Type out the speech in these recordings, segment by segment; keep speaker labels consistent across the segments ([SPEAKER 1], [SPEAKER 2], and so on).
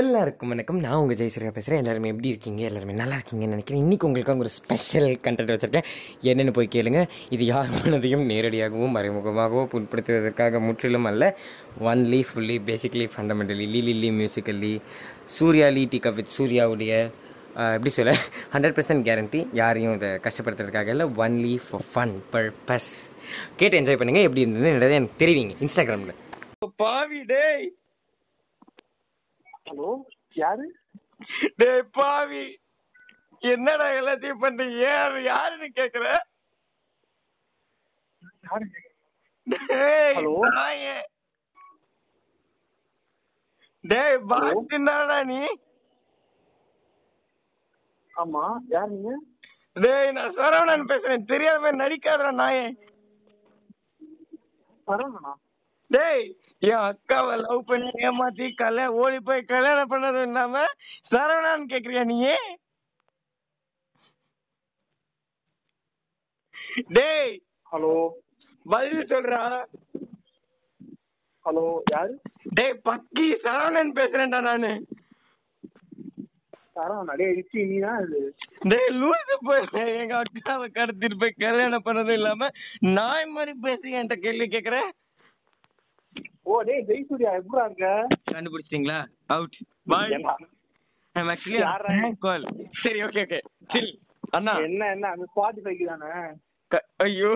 [SPEAKER 1] எல்லாருக்கும் வணக்கம் நான் உங்கள் ஜெயசூர்யா பேசுகிறேன் எல்லாருமே எப்படி இருக்கீங்க எல்லாருமே நல்லா இருக்கீங்கன்னு நினைக்கிறேன் இன்றைக்கி உங்களுக்காக ஒரு ஸ்பெஷல் கண்டென்ட் வச்சுருக்கேன் என்னென்னு போய் கேளுங்க இது யார் மனதையும் நேரடியாகவும் மறைமுகமாகவோ புண்படுத்துவதற்காக முற்றிலும் அல்ல ஒன்லி ஃபுல்லி பேசிக்கலி ஃபண்டமெண்டலி லிலி மியூசிக்கலி சூர்யா லீ டி கவித் சூர்யாவுடைய ஆஹ், எப்படி சொல்ல ஹண்ட்ரட் பர்சன்ட் கேரண்டி யாரையும் இதை கஷ்டப்படுத்துறதுக்காக இல்லை ஒன்லி ஃபார் ஃபன் பர்பஸ் கேட்டு என்ஜாய் பண்ணுங்கள் எப்படி இருந்ததுன்றதை எனக்கு தெரிவிங்க இன்ஸ்டாகிராமில்
[SPEAKER 2] பாவி டேய்
[SPEAKER 3] ஹலோ யாரு
[SPEAKER 2] டேய் பாவி என்னடா எல்லாத்தையும் பண்றீங்க யார் யாருன்னு கேக்குற
[SPEAKER 3] யாரு
[SPEAKER 2] டேய்
[SPEAKER 3] Hello?
[SPEAKER 2] நாயே. டேய் பாத்துனாடா நீ
[SPEAKER 3] ஆமா யார் நீங்க
[SPEAKER 2] டேய் நான் சரவணன் பேசுறேன் தெரியாத மாதிரி நடிக்காதடா நாயே
[SPEAKER 3] சரவணனா
[SPEAKER 2] டேய் என் அக்காவை லவ் பண்ணி ஏமாத்தி கல்யா ஓடி போய் கல்யாணம் பண்ணது இல்லாம சரவணான்னு கேக்குறியா நீ டேய்
[SPEAKER 3] ஹலோ
[SPEAKER 2] பதில் சொல்றா
[SPEAKER 3] ஹலோ யாரு
[SPEAKER 2] டேய் பக்கி சரவணன் பேசுறேன்டா நானு
[SPEAKER 3] சரவணா டே ரிச்சி நீனா இது
[SPEAKER 2] டேய் லூசு போயிரு எங்க அக்காவை கடத்திட்டு போய் கல்யாணம் பண்ணதும் இல்லாம நாய் மாதிரி பேசி என்கிட்ட கேள்வி கேக்குற
[SPEAKER 3] ஓ டேய் ஜெய்சூர்யா எப்படா இருக்க
[SPEAKER 2] கண்டுபிடிச்சிட்டீங்களா அவுட் பாய்
[SPEAKER 3] ஏண்டா?
[SPEAKER 2] ஐம்
[SPEAKER 3] யாரா?
[SPEAKER 2] ஆக்சுவலி கால் சரி ஓகே ஓகே சில் அண்ணா
[SPEAKER 3] என்ன என்ன அந்த ஸ்பாட்டிஃபைக்கு தானே
[SPEAKER 2] க- ஐயோ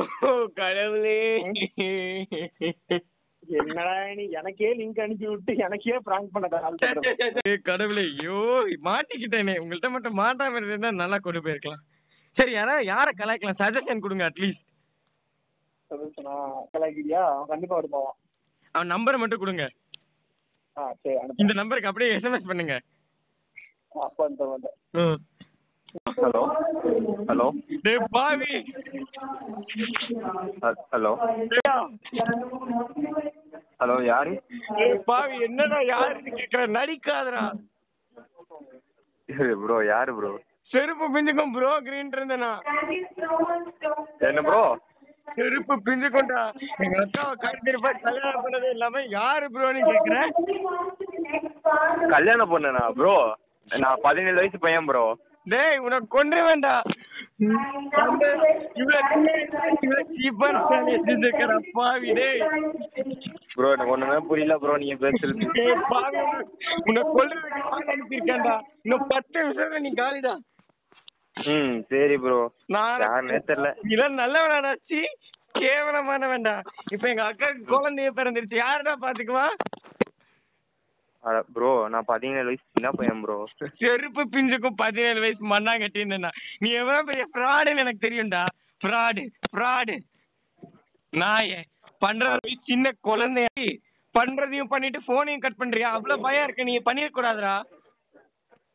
[SPEAKER 2] கடவுளே
[SPEAKER 3] என்னடா நீ எனக்கே லிங்க் அனுப்பி விட்டு எனக்கே பிராங்க் பண்ண கால் பண்ற
[SPEAKER 2] ஏய், கடவுளே ஐயோ மாட்டிக்கிட்டேனே உங்கள்ட்ட மட்டும் மாட்டாம இருந்தா நல்லா கொண்டு போயிருக்கலாம் சரி யாரா யார கலாய்க்கலாம் சஜஷன் கொடுங்க அட்லீஸ்ட்
[SPEAKER 3] சொல்லுச்சுனா கலாய்க்கிறியா அவன் கண்டிப்பா வருவான்
[SPEAKER 2] அவன் நம்பரை மட்டும் கொடுங்க
[SPEAKER 3] ஆ சரி
[SPEAKER 2] இந்த
[SPEAKER 3] அனுப்ப
[SPEAKER 2] நம்பருக்கு அப்படியே எஸ்எம்எஸ் பண்ணுங்க
[SPEAKER 3] அப்பா இந்த வந்து
[SPEAKER 4] ஹலோ ஹலோ
[SPEAKER 2] டேய் பாவி
[SPEAKER 4] அ- ஹலோ ஹலோ யாரு
[SPEAKER 2] டேய் பாவி என்னடா யாருன்னு கேக்குற நடிக்காதடா
[SPEAKER 4] ப்ரோ யாரு ப்ரோ
[SPEAKER 2] செருப்பு பிஞ்சுக்கும் ப்ரோ கிரீன் இருந்தேனா
[SPEAKER 4] என்ன ப்ரோ
[SPEAKER 2] செருப்பு பிஞ்சுக்கும்டா எங்க அக்காவை கழுத்திட்டு போய் கல்யாணம் பண்ணதே இல்லாம யாரு ப்ரோன்னு கேக்குற
[SPEAKER 4] கல்யாணம் பண்ணனா ப்ரோ நான் பதினேழு வயசு பையன் ப்ரோ
[SPEAKER 2] டேய் உனக்கு கொண்டு வேண்டாம் இவ்வளவு சீப்பா செஞ்சிருக்கிற பாவி டேய்
[SPEAKER 4] ப்ரோ எனக்கு ஒண்ணுமே புரியல ப்ரோ நீங்க பேசுறது
[SPEAKER 2] டேய் பாவி உன்னை- உன்னை கொல்றதுக்கு ஆள் அனுப்பியிருக்கேன்டா இன்னும் பத்து நிமிஷத்துல நீ காலிடா
[SPEAKER 4] ம் சரி ப்ரோ
[SPEAKER 2] நான்
[SPEAKER 4] யாருன்னே தெரியல
[SPEAKER 2] இதெல்லாம் நல்லவனாடாச்சி கேவலமானவன்டா இப்ப எங்க அக்காவுக்கு குழந்தைய பிறந்துருச்சு யாருடா பாத்துக்குவா
[SPEAKER 4] ப்ரோ நான் பதினேழு வயசு சின்ன பையன் ப்ரோ
[SPEAKER 2] செருப்பு பிஞ்சுக்கும் பதினேழு வயசு மண்ணாங்கட்டின்னு நீ எவ்வளவு பெரிய ஃப்ராடுன்னு எனக்கு தெரியும்டா ஃப்ராடு ஃப்ராடு நாயே பண்றது சின்ன குழந்தையாடி பண்றதையும் பண்ணிட்டு போனையும் கட் பண்றியா அவ்வளவு பயம் இருக்கு நீ பண்ணிட கூடாதுடா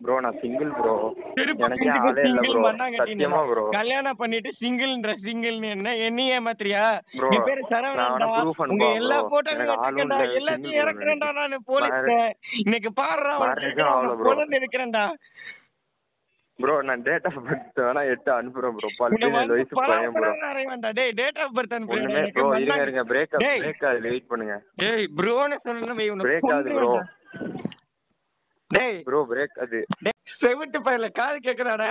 [SPEAKER 4] ப்ரோ நான் சிங்கிள் ப்ரோ
[SPEAKER 2] செருப்பு
[SPEAKER 4] எனக்கே
[SPEAKER 2] பிஞ்சுக்கும்
[SPEAKER 4] ஆளே இல்ல
[SPEAKER 2] சிங்கிள்
[SPEAKER 4] ப்ரோ சத்தியமா
[SPEAKER 2] மண்ணாங்கட்டின்னு
[SPEAKER 4] ப்ரோ
[SPEAKER 2] கல்யாணம் பண்ணிட்டு சிங்கிள்ன்ற சிங்கிள்னு என்ன என்னையே ஏமாத்துறியா
[SPEAKER 4] Bro,
[SPEAKER 2] நீ பேரு
[SPEAKER 4] நான்
[SPEAKER 2] சரவணன்டா
[SPEAKER 4] உனக்கு proof
[SPEAKER 2] உங்க
[SPEAKER 4] அனுப்புவா
[SPEAKER 2] எல்லா
[SPEAKER 4] bro.
[SPEAKER 2] போட்டோ
[SPEAKER 4] எனக்கு ஆளும்
[SPEAKER 2] எடுக்கிறேன்டா
[SPEAKER 4] இல்லை,
[SPEAKER 2] எல்லாத்தையும்
[SPEAKER 4] single
[SPEAKER 2] இறக்குறேன்டா நானு
[SPEAKER 4] வேற-
[SPEAKER 2] போலீஸ்ல இன்னைக்கு பாடுறா
[SPEAKER 4] வேற எதுவும் ஆகல bro.
[SPEAKER 2] குழந்தை இருக்கிறேன்டா
[SPEAKER 4] ப்ரோ நான் டேட் ஆஃப் பர்த் வேணா எட்டு அனுப்புறேன் ப்ரோ
[SPEAKER 2] உன்னை
[SPEAKER 4] பதினேழு
[SPEAKER 2] வந்து
[SPEAKER 4] வயசு பையன் ப்ரோ
[SPEAKER 2] பராமரிக்கிறேன் அறைய வேண்டாம். டேய் date of birth அனுப்புறேன்.
[SPEAKER 4] ஒண்ணுமே
[SPEAKER 2] எனக்கு
[SPEAKER 4] ப்ரோ இருங்க இருங்க
[SPEAKER 2] மண்ணாங்க-
[SPEAKER 4] பிரேக்
[SPEAKER 2] டேய்,
[SPEAKER 4] பிரேக் ஆகுது வெயிட் பண்ணுங்க
[SPEAKER 2] டேய், bro ன்னு சொல்லணும் வை, உன்னை
[SPEAKER 4] பிரேக் ஆகுது
[SPEAKER 2] கொன்னு
[SPEAKER 4] ப்ரோ
[SPEAKER 2] வேண்டாம். டேய்,
[SPEAKER 4] ப்ரோ பிரேக் அது
[SPEAKER 2] டேய், செவிட்டு பயல காது கேக்குதாடா?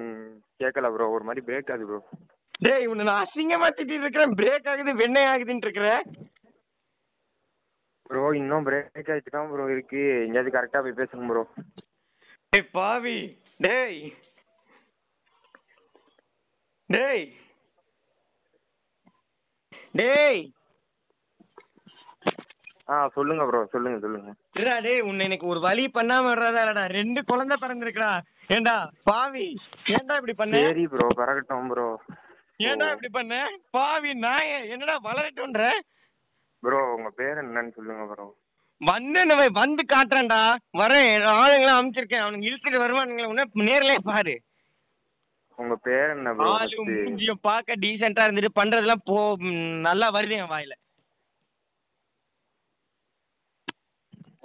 [SPEAKER 4] ம் கேட்கல ப்ரோ ஒரு மாதிரி பிரேக் ஆகுது ப்ரோ
[SPEAKER 2] டேய், உன்னை நான் அசிங்கமா திட்டிட்டு இருக்கிறேன். break ஆகுது, வெண்ணெய் ஆகுதுன்ட்டு இருக்கிற.
[SPEAKER 4] ப்ரோ இன்னும் பிரேக் ஆகிட்டு தான் ப்ரோ இருக்கு எங்கேயாவது கரெக்டாக போய் பேசுங்க ப்ரோ
[SPEAKER 2] டேய், பாவி டேய் டேய் டேய்
[SPEAKER 4] ஆ சொல்லுங்க ப்ரோ சொல்லுங்க சொல்லுங்க
[SPEAKER 2] இருடா டேய் உன்னை இன்னைக்கு ஒரு வழி பண்ணாம விடுறதா இல்லடா ரெண்டு குழந்தை பிறந்திருக்குடா ஏன்டா பாவி ஏன்டா இப்படி பண்ண
[SPEAKER 4] சரி ப்ரோ பறக்கட்டும் ப்ரோ
[SPEAKER 2] ஏன்டா இப்படி பண்ண பாவி நாயே என்னடா வளரட்டும்ன்ற
[SPEAKER 4] ப்ரோ உங்க பேர் என்னன்னு சொல்லுங்க ப்ரோ
[SPEAKER 2] வந்து நம்ம வந்து காட்டுறேன்டா வரேன் என் ஆளுங்களை அமைச்சிருக்கேன் அவனுங்க இழுத்துட்டு வருவானுங்களே உன்ன நேர்லயே பாரு
[SPEAKER 4] உங்க பேர் என்ன ப்ரோ
[SPEAKER 2] ஆளு மூஞ்சியும் பார்க்க டீசெண்டா இருந்துட்டு பண்றதெல்லாம் போ ம், நல்லா வருது என் வாயில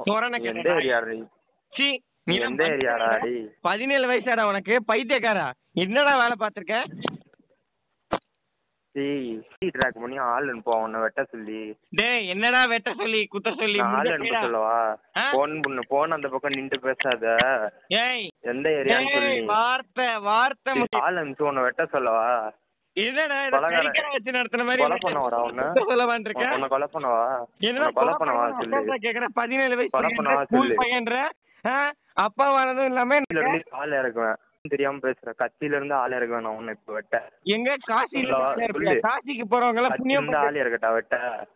[SPEAKER 2] சொரணை
[SPEAKER 4] எந்த
[SPEAKER 2] கேட்டேன்
[SPEAKER 4] ஏரியா
[SPEAKER 2] சீ நீ எல்லாம்
[SPEAKER 4] எந்த ஏரியாடா
[SPEAKER 2] பைத்தியக்காரடா.
[SPEAKER 4] அடி
[SPEAKER 2] பதினேழு வயசாடா உனக்கு பைத்தியக்காரா என்னடா வேலை பார்த்திருக்க
[SPEAKER 4] டேய் ட்ராக் பண்ணி ஆள் அனுப்புவா உன்னை வெட்ட சொல்லி
[SPEAKER 2] டேய் என்னடா வெட்ட சொல்லி குத்த சொல்லி
[SPEAKER 4] நான் ஆள்
[SPEAKER 2] முண்டை
[SPEAKER 4] அனுப்ப
[SPEAKER 2] கைடா.
[SPEAKER 4] சொல்லவா
[SPEAKER 2] ஆ?
[SPEAKER 4] போன் பண்ணு போன் அந்த பக்கம் நின்று பேசாத
[SPEAKER 2] ஏய்
[SPEAKER 4] எந்த ஏரியான்னு
[SPEAKER 2] ஏய்,
[SPEAKER 4] சொல்லி
[SPEAKER 2] வார்த்தை வார்த்தை மு-
[SPEAKER 4] ஆள் அனுப்பிச்சு உன்னை வெட்ட சொல்லவா
[SPEAKER 2] என்னடா இதை
[SPEAKER 4] பலகாரம்.
[SPEAKER 2] கைக்கடை வச்சு நடத்துன மாதிரி
[SPEAKER 4] கொலை பண்ணவாடா உன்னை?
[SPEAKER 2] குத்த சொல்லவான்னு இருக்க?
[SPEAKER 4] உன்னை கொலை பண்ணவா
[SPEAKER 2] என்னடா
[SPEAKER 4] உன்னை கொலை பண்ணவா சொல்லி
[SPEAKER 2] அக்கா கேக்குற, 17 வயசு
[SPEAKER 4] கொலை
[SPEAKER 2] பையன்ற,
[SPEAKER 4] பண்ணவா
[SPEAKER 2] ஸ்கூல்
[SPEAKER 4] சொல்லு.
[SPEAKER 2] பையன்ற, ஆ? அப்பாவானதும் இல்லாம
[SPEAKER 4] கத்தியில இருந்து ஆள் இறக்குவேன் தெரியாம பேசுற கத்தியில இருந்து ஆள் இறக்குவேன் நான் உன்னை இப்ப வெட்ட
[SPEAKER 2] எங்க காசில
[SPEAKER 4] சொல்லவா,
[SPEAKER 2] இருப்பியா?
[SPEAKER 4] சொல்லு.
[SPEAKER 2] காசிக்கு போறவங்க எல்லாம்
[SPEAKER 4] கத்தி
[SPEAKER 2] புண்ணியம்
[SPEAKER 4] இருந்து ஆள் இறக்கட்டா வெட்ட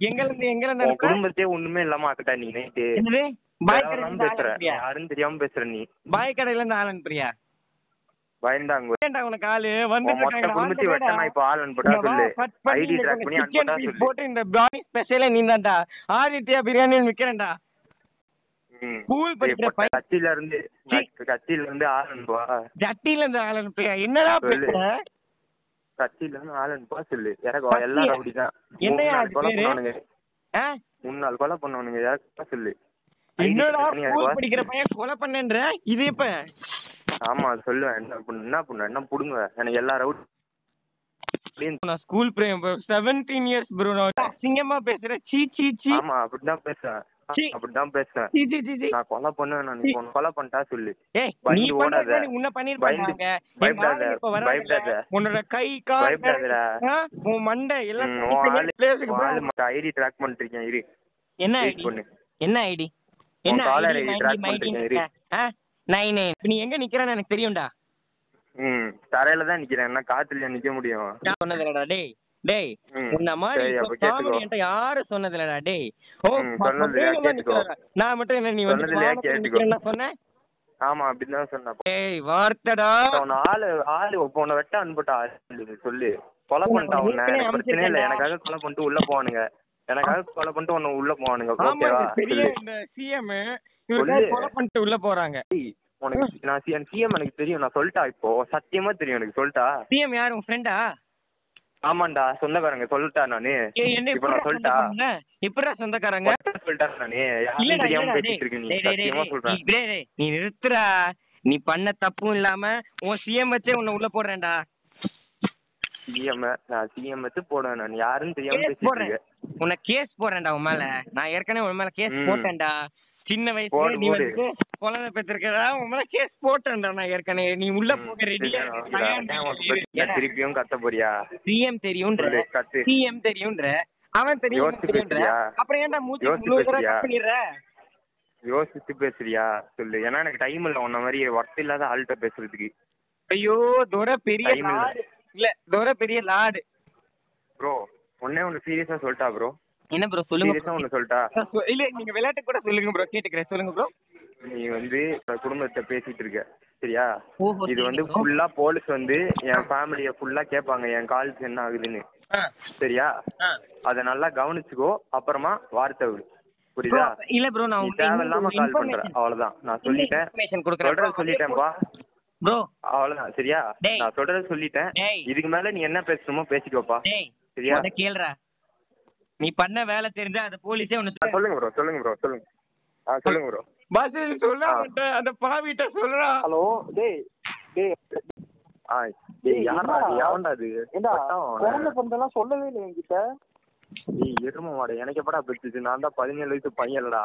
[SPEAKER 2] எங்க இருந்து எங்க இருந்து
[SPEAKER 4] உன்
[SPEAKER 2] இருப்ப?
[SPEAKER 4] குடும்பத்தையே ஒண்ணுமே இல்லாம ஆக்கட்டா நீ நைட்டு
[SPEAKER 2] என்னது பாய் கடையில இருந்து ஆள்
[SPEAKER 4] பேசுற
[SPEAKER 2] அனுப்புறியா
[SPEAKER 4] யாரும் தெரியாம பேசுற நீ
[SPEAKER 2] பாய் கடையில இருந்து ஆள் அனுப்புறியா
[SPEAKER 4] பயந்தாங்க
[SPEAKER 2] ஏன்டா உனக்கு ஆளு
[SPEAKER 4] உன்
[SPEAKER 2] வந்து
[SPEAKER 4] மொத்த குடும்பத்தையும் வெட்ட நான் இப்ப ஆள் அனுப்பட்டா சொல்லு ஐடி ட்ராக் பண்ணி அனுப்பட்டா சொல்லு
[SPEAKER 2] போட்டு இந்த பிரியாணி ஸ்பெஷலே நீதான்டா ஆதித்யா பிரியாணின்னு விக்கிறேன்டா
[SPEAKER 4] ம்.
[SPEAKER 2] ஸ்கூல்
[SPEAKER 4] ஏய்,
[SPEAKER 2] படிக்கிற
[SPEAKER 4] இப்ப
[SPEAKER 2] பையன்.
[SPEAKER 4] கத்தியில இருந்து
[SPEAKER 2] சீ.
[SPEAKER 4] கத்தியில இருந்து ஆள் அனுப்புவா
[SPEAKER 2] ஜட்டியில இருந்து ஆள் அனுப்புறியா என்னடா
[SPEAKER 4] சொல்லு.
[SPEAKER 2] பேசுற
[SPEAKER 4] கத்தியில இருந்து ஆள் அனுப்புவா சொல்லு இறக்குவா
[SPEAKER 2] கத்தி-
[SPEAKER 4] எல்லாரும் அப்படிதான் மூணு
[SPEAKER 2] என்னையா
[SPEAKER 4] நாள்
[SPEAKER 2] அது
[SPEAKER 4] கொலை
[SPEAKER 2] பேரு?
[SPEAKER 4] பண்ணுவானுங்க
[SPEAKER 2] ஆ?
[SPEAKER 4] மூணு நாள் கொலை பண்ணுவானுங்க இறக்குவா சொல்லு ID
[SPEAKER 2] என்னடா
[SPEAKER 4] track பண்ணி
[SPEAKER 2] ஸ்கூல்
[SPEAKER 4] இறக்குவா.
[SPEAKER 2] படிக்கிற பையன் கொலை பண்ணேன்ற இது இப்ப
[SPEAKER 4] ஆமா சொல்லுவேன் என்ன பண்ணு என்ன பண்ணு என்ன புடுங்க எனக்கு எல்லா ரவுட் அப்படின்னு
[SPEAKER 2] நான் school frame seventeen years bro நான் அசிங்கமா பேசுற சீ சீ சீ
[SPEAKER 4] ஆமா அப்படிதான் பேசுவேன்
[SPEAKER 2] சீ.
[SPEAKER 4] அப்படிதான் பேசுவேன்
[SPEAKER 2] சீ சீ சீ சீ
[SPEAKER 4] நான் கொலை பண்ணுவேன் நான்
[SPEAKER 2] சீ.
[SPEAKER 4] உன்னை கொலை பண்ணிட்டா சொல்லு
[SPEAKER 2] ஏய் நீ
[SPEAKER 4] பயந்து ஓடாத.
[SPEAKER 2] பண்ணாத உன்ன பண்ணிருப்பாங்க
[SPEAKER 4] பயப்படாத, பயப்படாத.
[SPEAKER 2] உன்னோட கை கால்
[SPEAKER 4] பயப்படாதடா.
[SPEAKER 2] ஆ, உன் மண்டை எல்லாம்
[SPEAKER 4] ம்,
[SPEAKER 2] தனித்தனியா
[SPEAKER 4] உன் ஆளு
[SPEAKER 2] place க்கு
[SPEAKER 4] உன் ஆளு
[SPEAKER 2] போகும்.
[SPEAKER 4] மட்டும் ஐடி ட்ராக் பண்ணிருக்கேன் இரு
[SPEAKER 2] என்ன
[SPEAKER 4] delete
[SPEAKER 2] ஐடி
[SPEAKER 4] பண்ணு
[SPEAKER 2] என்ன ஐடி என்ன
[SPEAKER 4] உன் caller ID track பண்ணிருக்கேன்,
[SPEAKER 2] ஐடி நைன் நைன் நீ எங்க நிக்கிறேன்னு எனக்கு தெரியும்டா
[SPEAKER 4] ம் தரையில தான் நிக்கிறேன் என்ன காத்துல நிக்க முடியும்
[SPEAKER 2] நான் சொன்னதுலடா டேய் டேய்
[SPEAKER 4] ம்,
[SPEAKER 2] உன்ன மாதிரி
[SPEAKER 4] சரி, அப்ப
[SPEAKER 2] இப்ப
[SPEAKER 4] கேட்டுக்கோ.
[SPEAKER 2] comedy என்கிட்ட யாரும் சொன்னதில்லடா டேய் ஓ
[SPEAKER 4] ம்,
[SPEAKER 2] ப-
[SPEAKER 4] சொன்னதில்லையா?
[SPEAKER 2] பகையிலமா
[SPEAKER 4] கேட்டுக்கோ.
[SPEAKER 2] நிக்கிறடா. நான் மட்டும் என்ன நீ வந்து
[SPEAKER 4] சொன்னதில்லையா?
[SPEAKER 2] வானத்துல
[SPEAKER 4] கேட்டுக்கோ.
[SPEAKER 2] நிக்கிறேன்னா சொன்னேன்
[SPEAKER 4] ஆமா அப்படிதான் சொன்னேன்
[SPEAKER 2] டேய் வார்த்தடா
[SPEAKER 4] உன்னை ஆளு ஆளு இப்ப உன்னை வெட்ட அனுப்பிட்டா சொல்லு சொல்லு கொலை
[SPEAKER 2] உன்னை
[SPEAKER 4] பண்ணிட்டா உன்னை
[SPEAKER 2] ஏற்கனவே
[SPEAKER 4] எனக்கு பிரச்சனை இல்ல
[SPEAKER 2] அனுப்பிச்சிருக்கேன்டா.
[SPEAKER 4] எனக்காக கொலை பண்ணிட்டு உள்ள போவானுங்க எனக்காக கொலை பண்ணிட்டு உன்னை உள்ள போவானுங்க
[SPEAKER 2] ஆமா
[SPEAKER 4] ஓகேவா
[SPEAKER 2] இது பெரிய
[SPEAKER 4] சொல்லு
[SPEAKER 2] இந்த சிஎம் இவருக்காக
[SPEAKER 4] சொல்லு.
[SPEAKER 2] கொலை பண்ணிட்டு உள்ள போறாங்க
[SPEAKER 4] உனக்கு நான் சி- சிஎம் எனக்கு தெரியும் நான் சொல்லிட்டா இப்போ சத்தியமா தெரியும் எனக்கு சொல்லிட்டா
[SPEAKER 2] சிஎம் யார் உன் ஃப்ரெண்டா
[SPEAKER 4] ஆமாண்டா சொந்தக்காரங்க சொல்லிட்டா நானு
[SPEAKER 2] ஏய் என்ன
[SPEAKER 4] இப்ப
[SPEAKER 2] இப்படி
[SPEAKER 4] நான் சொல்லிட்டா
[SPEAKER 2] இப்படிடா சொந்தக்காரங்க
[SPEAKER 4] மொத்தம் சொல்லிட்டா நானு யாரும்
[SPEAKER 2] இல்லடா,
[SPEAKER 4] தெரியாம
[SPEAKER 2] இல்லடா, டேய்.
[SPEAKER 4] பேசிட்டு இருக்க நீ
[SPEAKER 2] டேய், டேய், டேய்,
[SPEAKER 4] சத்தியமா சொல்றேன்
[SPEAKER 2] டேய், டேய், டேய், நீ நிறுத்துடா நீ பண்ண தப்பும் இல்லாம உன் சிஎம் வச்சே உன்னை உள்ள போடுறேன்டா
[SPEAKER 4] சிஎம் நான் சிஎம் எடுத்து போடுவேன் நான் யாரும் தெரியாம
[SPEAKER 2] கேஸ் போடுறேன் உன்னை கேஸ்
[SPEAKER 4] பேசிட்டு இருக்கேன்
[SPEAKER 2] போடுறேன்டா உன் மேல நான் ஏற்கனவே உன் மேல கேஸ்
[SPEAKER 4] ம்.
[SPEAKER 2] போட்டேன்டா சின்ன வயசுல
[SPEAKER 4] போடு,
[SPEAKER 2] நீ
[SPEAKER 4] போடு.
[SPEAKER 2] வந்து குழந்தை பெற்றிருக்கா உன் மேல கேஸ் போட்டேன்டா நான் ஏற்கனவே நீ உள்ள போக ரெடியா
[SPEAKER 4] திருப்பியும் கத்த போறியா
[SPEAKER 2] சிஎம் தெரியும்ன்ற
[SPEAKER 4] சொல்லு, கத்து.
[SPEAKER 2] சிஎம் தெரியும்ன்ற அவன் தெரியும் இவன்
[SPEAKER 4] யோசிச்சு
[SPEAKER 2] தெரியும்ன்ற
[SPEAKER 4] பேசுறியா?
[SPEAKER 2] அப்புறம் ஏன்டா மூச்சு
[SPEAKER 4] யோசிச்சு
[SPEAKER 2] முழுவதும்
[SPEAKER 4] பேசுறியா?
[SPEAKER 2] cut பண்ணிடுற
[SPEAKER 4] யோசிச்சு பேசுறியா சொல்லு ஏன்னா எனக்கு டைம் இல்ல உன்ன மாதிரி ஒர்த் இல்லாத ஆள்கிட்ட பேசுறதுக்கு
[SPEAKER 2] ஐயோ துரை பெரிய
[SPEAKER 4] Time இல்ல.
[SPEAKER 2] லாடு இல்ல துரை பெரிய லாடு
[SPEAKER 4] ப்ரோ ஒன்னே ஒன்னு சீரியஸா சொல்லிட்டா ப்ரோ
[SPEAKER 2] என்ன ப்ரோ சொல்லுங்க bro.
[SPEAKER 4] சீரியஸா ஒன்னு சொல்லிட்டா
[SPEAKER 2] அஹ் சொ- இல்ல நீங்க விளையாட்டு கூட சொல்லுங்க ப்ரோ கேட்டுக்கிறேன் சொல்லுங்க ப்ரோ
[SPEAKER 4] நீ வந்து உன் குடும்பத்தை பேசிட்டு இருக்க சரியா
[SPEAKER 2] ஓஹோ,
[SPEAKER 4] இது வந்து
[SPEAKER 2] சரி bro.
[SPEAKER 4] ஃபுல்லா போலீஸ் வந்து என் ஃபேமிலிய ஃபுல்லா கேட்பாங்க என் காலுக்கு என்ன ஆகுதுன்னு சரியா அத நல்லா கவனிச்சுக்கோ அப்புறமா வார்த்தை விடு புரியுதா
[SPEAKER 2] இல்ல ப்ரோ நான்
[SPEAKER 4] நீ
[SPEAKER 2] உங்களுக்கு
[SPEAKER 4] தேவையில்லாம
[SPEAKER 2] இன்னொரு
[SPEAKER 4] கால் பண்ற
[SPEAKER 2] information-
[SPEAKER 4] அவ்வளவுதான் நான்
[SPEAKER 2] இன்னொரு
[SPEAKER 4] சொல்லிட்டேன்
[SPEAKER 2] information கொடுக்குறேன் bro.
[SPEAKER 4] சொல்றேன் சொல்லிட்டேன்பா
[SPEAKER 2] ப்ரோ
[SPEAKER 4] அவ்வளவுதான் சரியா
[SPEAKER 2] டேய்.
[SPEAKER 4] நான் சொல்றத சொல்லிட்டேன்
[SPEAKER 2] டேய்.
[SPEAKER 4] இதுக்கு மேல நீ என்ன பேசணுமோ பேசிக்கோப்பா
[SPEAKER 2] டேய்
[SPEAKER 4] சரியா?
[SPEAKER 2] அத கேளுடா நீ பண்ண வேலை தெரிஞ்சா அது போலீஸே
[SPEAKER 4] ஆ,
[SPEAKER 2] உனக்கு
[SPEAKER 4] சொல்லுங்க ப்ரோ சொல்லுங்க ப்ரோ சொல்லுங்க ஆ சொல்லுங்க ப்ரோ
[SPEAKER 2] பாஸ் சொல்ல
[SPEAKER 4] ஆ.
[SPEAKER 2] அவன்ட்ட, அந்த பாவிட்ட சொல்றா
[SPEAKER 3] ஹலோ டேய் டேய்
[SPEAKER 4] ஆ
[SPEAKER 3] டேய்,
[SPEAKER 4] டேய் யாரா
[SPEAKER 3] என்னடா?
[SPEAKER 4] யாவண்டா அது
[SPEAKER 3] ஏண்டா
[SPEAKER 4] பட்டாவா அவன?
[SPEAKER 3] குழந்தை பிறந்தெல்லாம் சொல்லவே இல்லை என்கிட்ட
[SPEAKER 4] டேய் எருமை மாடு எனக்கு எப்படா பெற்றுச்சு நான் தான் பதினேழு வயசு பையன்லடா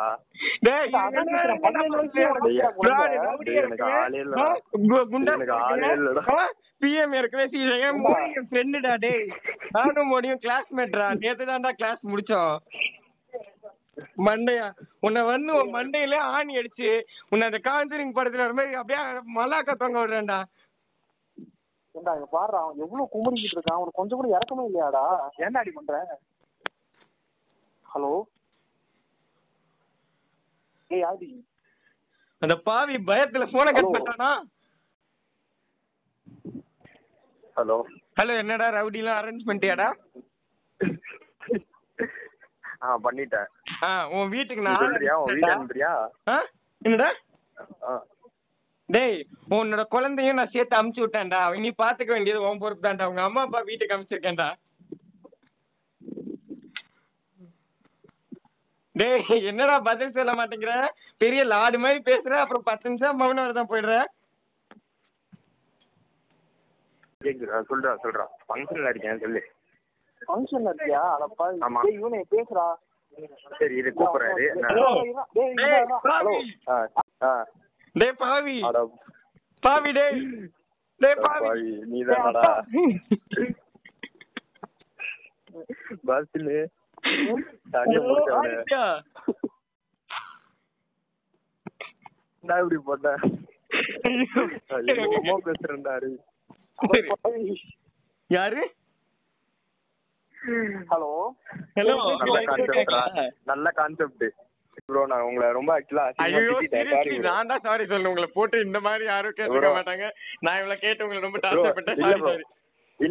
[SPEAKER 2] டேய்
[SPEAKER 3] இல்ல, அதான்
[SPEAKER 2] என்னடா
[SPEAKER 3] கேக்குறேன். பதினேழு வயசுலயே
[SPEAKER 2] பண்ற?
[SPEAKER 3] உனக்கு
[SPEAKER 4] ஏன்?
[SPEAKER 2] bro,
[SPEAKER 3] குழந்தை?
[SPEAKER 2] நீ rowdy
[SPEAKER 4] டேய்,
[SPEAKER 2] இருக்கு.
[SPEAKER 4] எனக்கு ஆளே இல்லடா.
[SPEAKER 2] ஆ, கு- குண்டா
[SPEAKER 4] எனக்கு
[SPEAKER 2] இருக்கு.
[SPEAKER 4] ஆளே இல்லடா.
[SPEAKER 2] ஆ, PM இருக்கு. சீ, என் மோடி என் friend டா, டேய். நானும் மோடியும் classmate டா. நேத்துதான்டா class முடிச்சோம். மண்டையா உன்னை வந்து உன் மண்டையில ஆணி அடிச்சு உன்னை அந்த காஞ்சரிங் படத்துல வர மாதிரி அப்படியே மல்லாக்க தொங்க விடுறேன்டா
[SPEAKER 3] ஏண்டா இங்க பாரு அவன் எவ்வளவு குமுறிக்கிட்டு இருக்கான் அவனுக்கு கொஞ்சம் கூட இறக்கமே இல்லையாடா ஏன்டா அடி பண்ற ஹலோ ஏய் ஆதி
[SPEAKER 2] அந்த பாவி பயத்துல போன கட்
[SPEAKER 3] Hello.
[SPEAKER 2] பண்ணிட்டானா
[SPEAKER 4] ஹலோ
[SPEAKER 2] ஹலோ என்னடா ரவுடிலாம் அரேஞ்ச் பண்ணிட்டியாடா
[SPEAKER 4] ஆ பண்ணிட்டேன்
[SPEAKER 2] ஆ உன் வீட்டுக்கு
[SPEAKER 4] நீ
[SPEAKER 2] நான் ஆள்
[SPEAKER 4] சொல்றியா உன் வீட்டு
[SPEAKER 2] அனுப்பிச்சிட்டேன்டா.
[SPEAKER 4] அனுப்புறியா
[SPEAKER 2] ஆ? என்னடா
[SPEAKER 4] ஆ
[SPEAKER 2] டேய் உன்னோட குழந்தையும் நான் சேர்த்து அமுச்சு விட்டேன்டா இனி பாத்துக்க வேண்டியது உன் பொறுப்பு தான்டா உங்க அம்மா அப்பா வீட்டுக்கு அமுச்சிருக்கேன்டா டேய் என்னடா பதில் சொல்ல மாட்டேங்கிற பெரிய லாடு மாதிரி பேசுற அப்புறம் பத்து நிமிஷம் மௌன வரதான் போயிடுற
[SPEAKER 4] கேக்குதா சொல்றா சொல்றா ஃபங்க்ஷன்ல இருக்கேன் சொல்லு
[SPEAKER 3] ஃபங்க்ஷன்ல இருக்கியா அடப்பா
[SPEAKER 4] ஆமா.
[SPEAKER 3] டேய் இவனே பேசுடா
[SPEAKER 4] சரி இரு கூப்பிடுறாரு
[SPEAKER 3] ஹலோ
[SPEAKER 4] நான்-
[SPEAKER 3] டேய்
[SPEAKER 2] டேய்,
[SPEAKER 3] இவனா
[SPEAKER 2] பாவி.
[SPEAKER 3] ஹலோ
[SPEAKER 4] ஆ, ஆ,
[SPEAKER 2] டேய் பாவி
[SPEAKER 4] அட
[SPEAKER 2] பாவி டேய் டேய் பாவி
[SPEAKER 4] பாவி, நீதானடா பாசிலு தனியா போட்டவன
[SPEAKER 2] ஆதித்யா,
[SPEAKER 4] நான் இப்படி போட்டேன்
[SPEAKER 2] ஐயோ.
[SPEAKER 4] என்னமோ பேசுறேன்டா அருவி
[SPEAKER 2] சரி.
[SPEAKER 3] பாவி.
[SPEAKER 2] யாரு
[SPEAKER 3] ஹலோ
[SPEAKER 2] ஹலோ
[SPEAKER 4] நல்ல கான்செப்ட்ரா நல்ல கான்செப்ட் ப்ரோ நான் உங்களை ரொம்ப ஆக்சுவலா
[SPEAKER 2] ஐயோ சீரியஸ்லி
[SPEAKER 4] திட்டேன்
[SPEAKER 2] நான் தான் சாரி சொல்லணும் உங்களை போட்டு இந்த மாதிரி யாரும் கேட்டுக்க
[SPEAKER 4] Bro.
[SPEAKER 2] மாட்டாங்க நான் இவ்வளவு கேட்டு உங்களை ரொம்ப
[SPEAKER 4] Bro,
[SPEAKER 2] டார்ச்சர் பண்ணேன்
[SPEAKER 4] இல்ல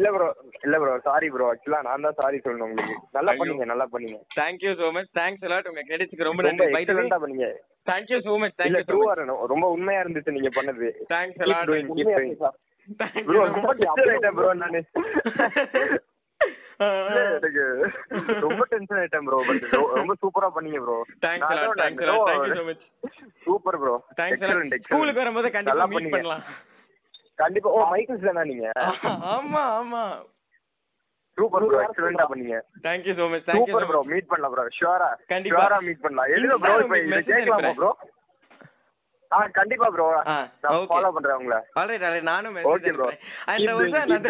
[SPEAKER 2] சாரி சாரி
[SPEAKER 4] ப்ரோ இல்ல ப்ரோ இல்ல ப்ரோ சாரி ப்ரோ ஆக்சுவலா நான் தான் சாரி சொல்லணும் உங்களுக்கு நல்லா
[SPEAKER 2] ஐயோ.
[SPEAKER 4] பண்ணீங்க நல்லா பண்ணீங்க
[SPEAKER 2] தேங்க்யூ சோ மச் தேங்க்ஸ் எல்லாம் உங்க கிரெடிட்ஸ்க்கு ரொம்ப
[SPEAKER 4] ரொம்ப
[SPEAKER 2] நன்றி பை தி
[SPEAKER 4] எக்ஸலண்டா பண்ணீங்க
[SPEAKER 2] தேங்க்யூ சோ மச்
[SPEAKER 4] இல்ல
[SPEAKER 2] தேங்க்யூ சோ
[SPEAKER 4] ட்ரூவா
[SPEAKER 2] மச்
[SPEAKER 4] இருக்கணும் ரொம்ப உண்மையா இருந்துச்சு நீங்க பண்ணது
[SPEAKER 2] தேங்க்ஸ்
[SPEAKER 4] Keep
[SPEAKER 2] எல்லாம்
[SPEAKER 4] doing, keep
[SPEAKER 3] உண்மையா
[SPEAKER 4] doing.
[SPEAKER 3] பேசுடா.
[SPEAKER 4] ப்ரோ ரொம்ப டென்ஷன் ஆயிட்டேன் ப்ரோ நானு இல்ல, எனக்கு ரொம்ப டென்ஷன் ஆயிட்டேன் ப்ரோ பட் ரொம்ப சூப்பரா பண்ணீங்க ப்ரோ
[SPEAKER 2] தேங்க்ஸ் எல்லாம் தேங்க்ஸ் எல்லாம் thank you so much
[SPEAKER 4] super bro
[SPEAKER 2] thanks எல்லாம் ஸ்கூலுக்கு வரும்போது கண்டிப்பா மீட் பண்ணலாம்
[SPEAKER 4] கண்டிப்பா ஓ மைக்கிள்ஸ் தானா நீங்க
[SPEAKER 2] ஆமா ஆமா
[SPEAKER 4] சூப்பர் ப்ரோ எக்ஸலண்டா பண்ணீங்க
[SPEAKER 2] thank you so much thank you
[SPEAKER 4] super bro meet பண்ணலாம் ப்ரோ ஷியோரா
[SPEAKER 2] கண்டிப்பா.
[SPEAKER 4] ஷியோரா மீட் பண்ணலாம் எழுத ப்ரோ
[SPEAKER 2] நான்
[SPEAKER 4] இப்போ
[SPEAKER 2] உங்களுக்கு
[SPEAKER 4] இது
[SPEAKER 2] message
[SPEAKER 4] கேட்கலாமா
[SPEAKER 2] அனுப்புறேன்.
[SPEAKER 4] ப்ரோ ஆ கண்டிப்பா ப்ரோ
[SPEAKER 2] ஆ,
[SPEAKER 4] நான்
[SPEAKER 2] okay.
[SPEAKER 4] ஃபாலோ பண்றேன் உங்களை
[SPEAKER 2] ஆல்ரைட் ஆல்ரைட் நானும்
[SPEAKER 4] Okay,
[SPEAKER 2] message
[SPEAKER 4] bro.
[SPEAKER 2] And
[SPEAKER 4] Keep
[SPEAKER 2] also
[SPEAKER 4] doing, keep
[SPEAKER 2] another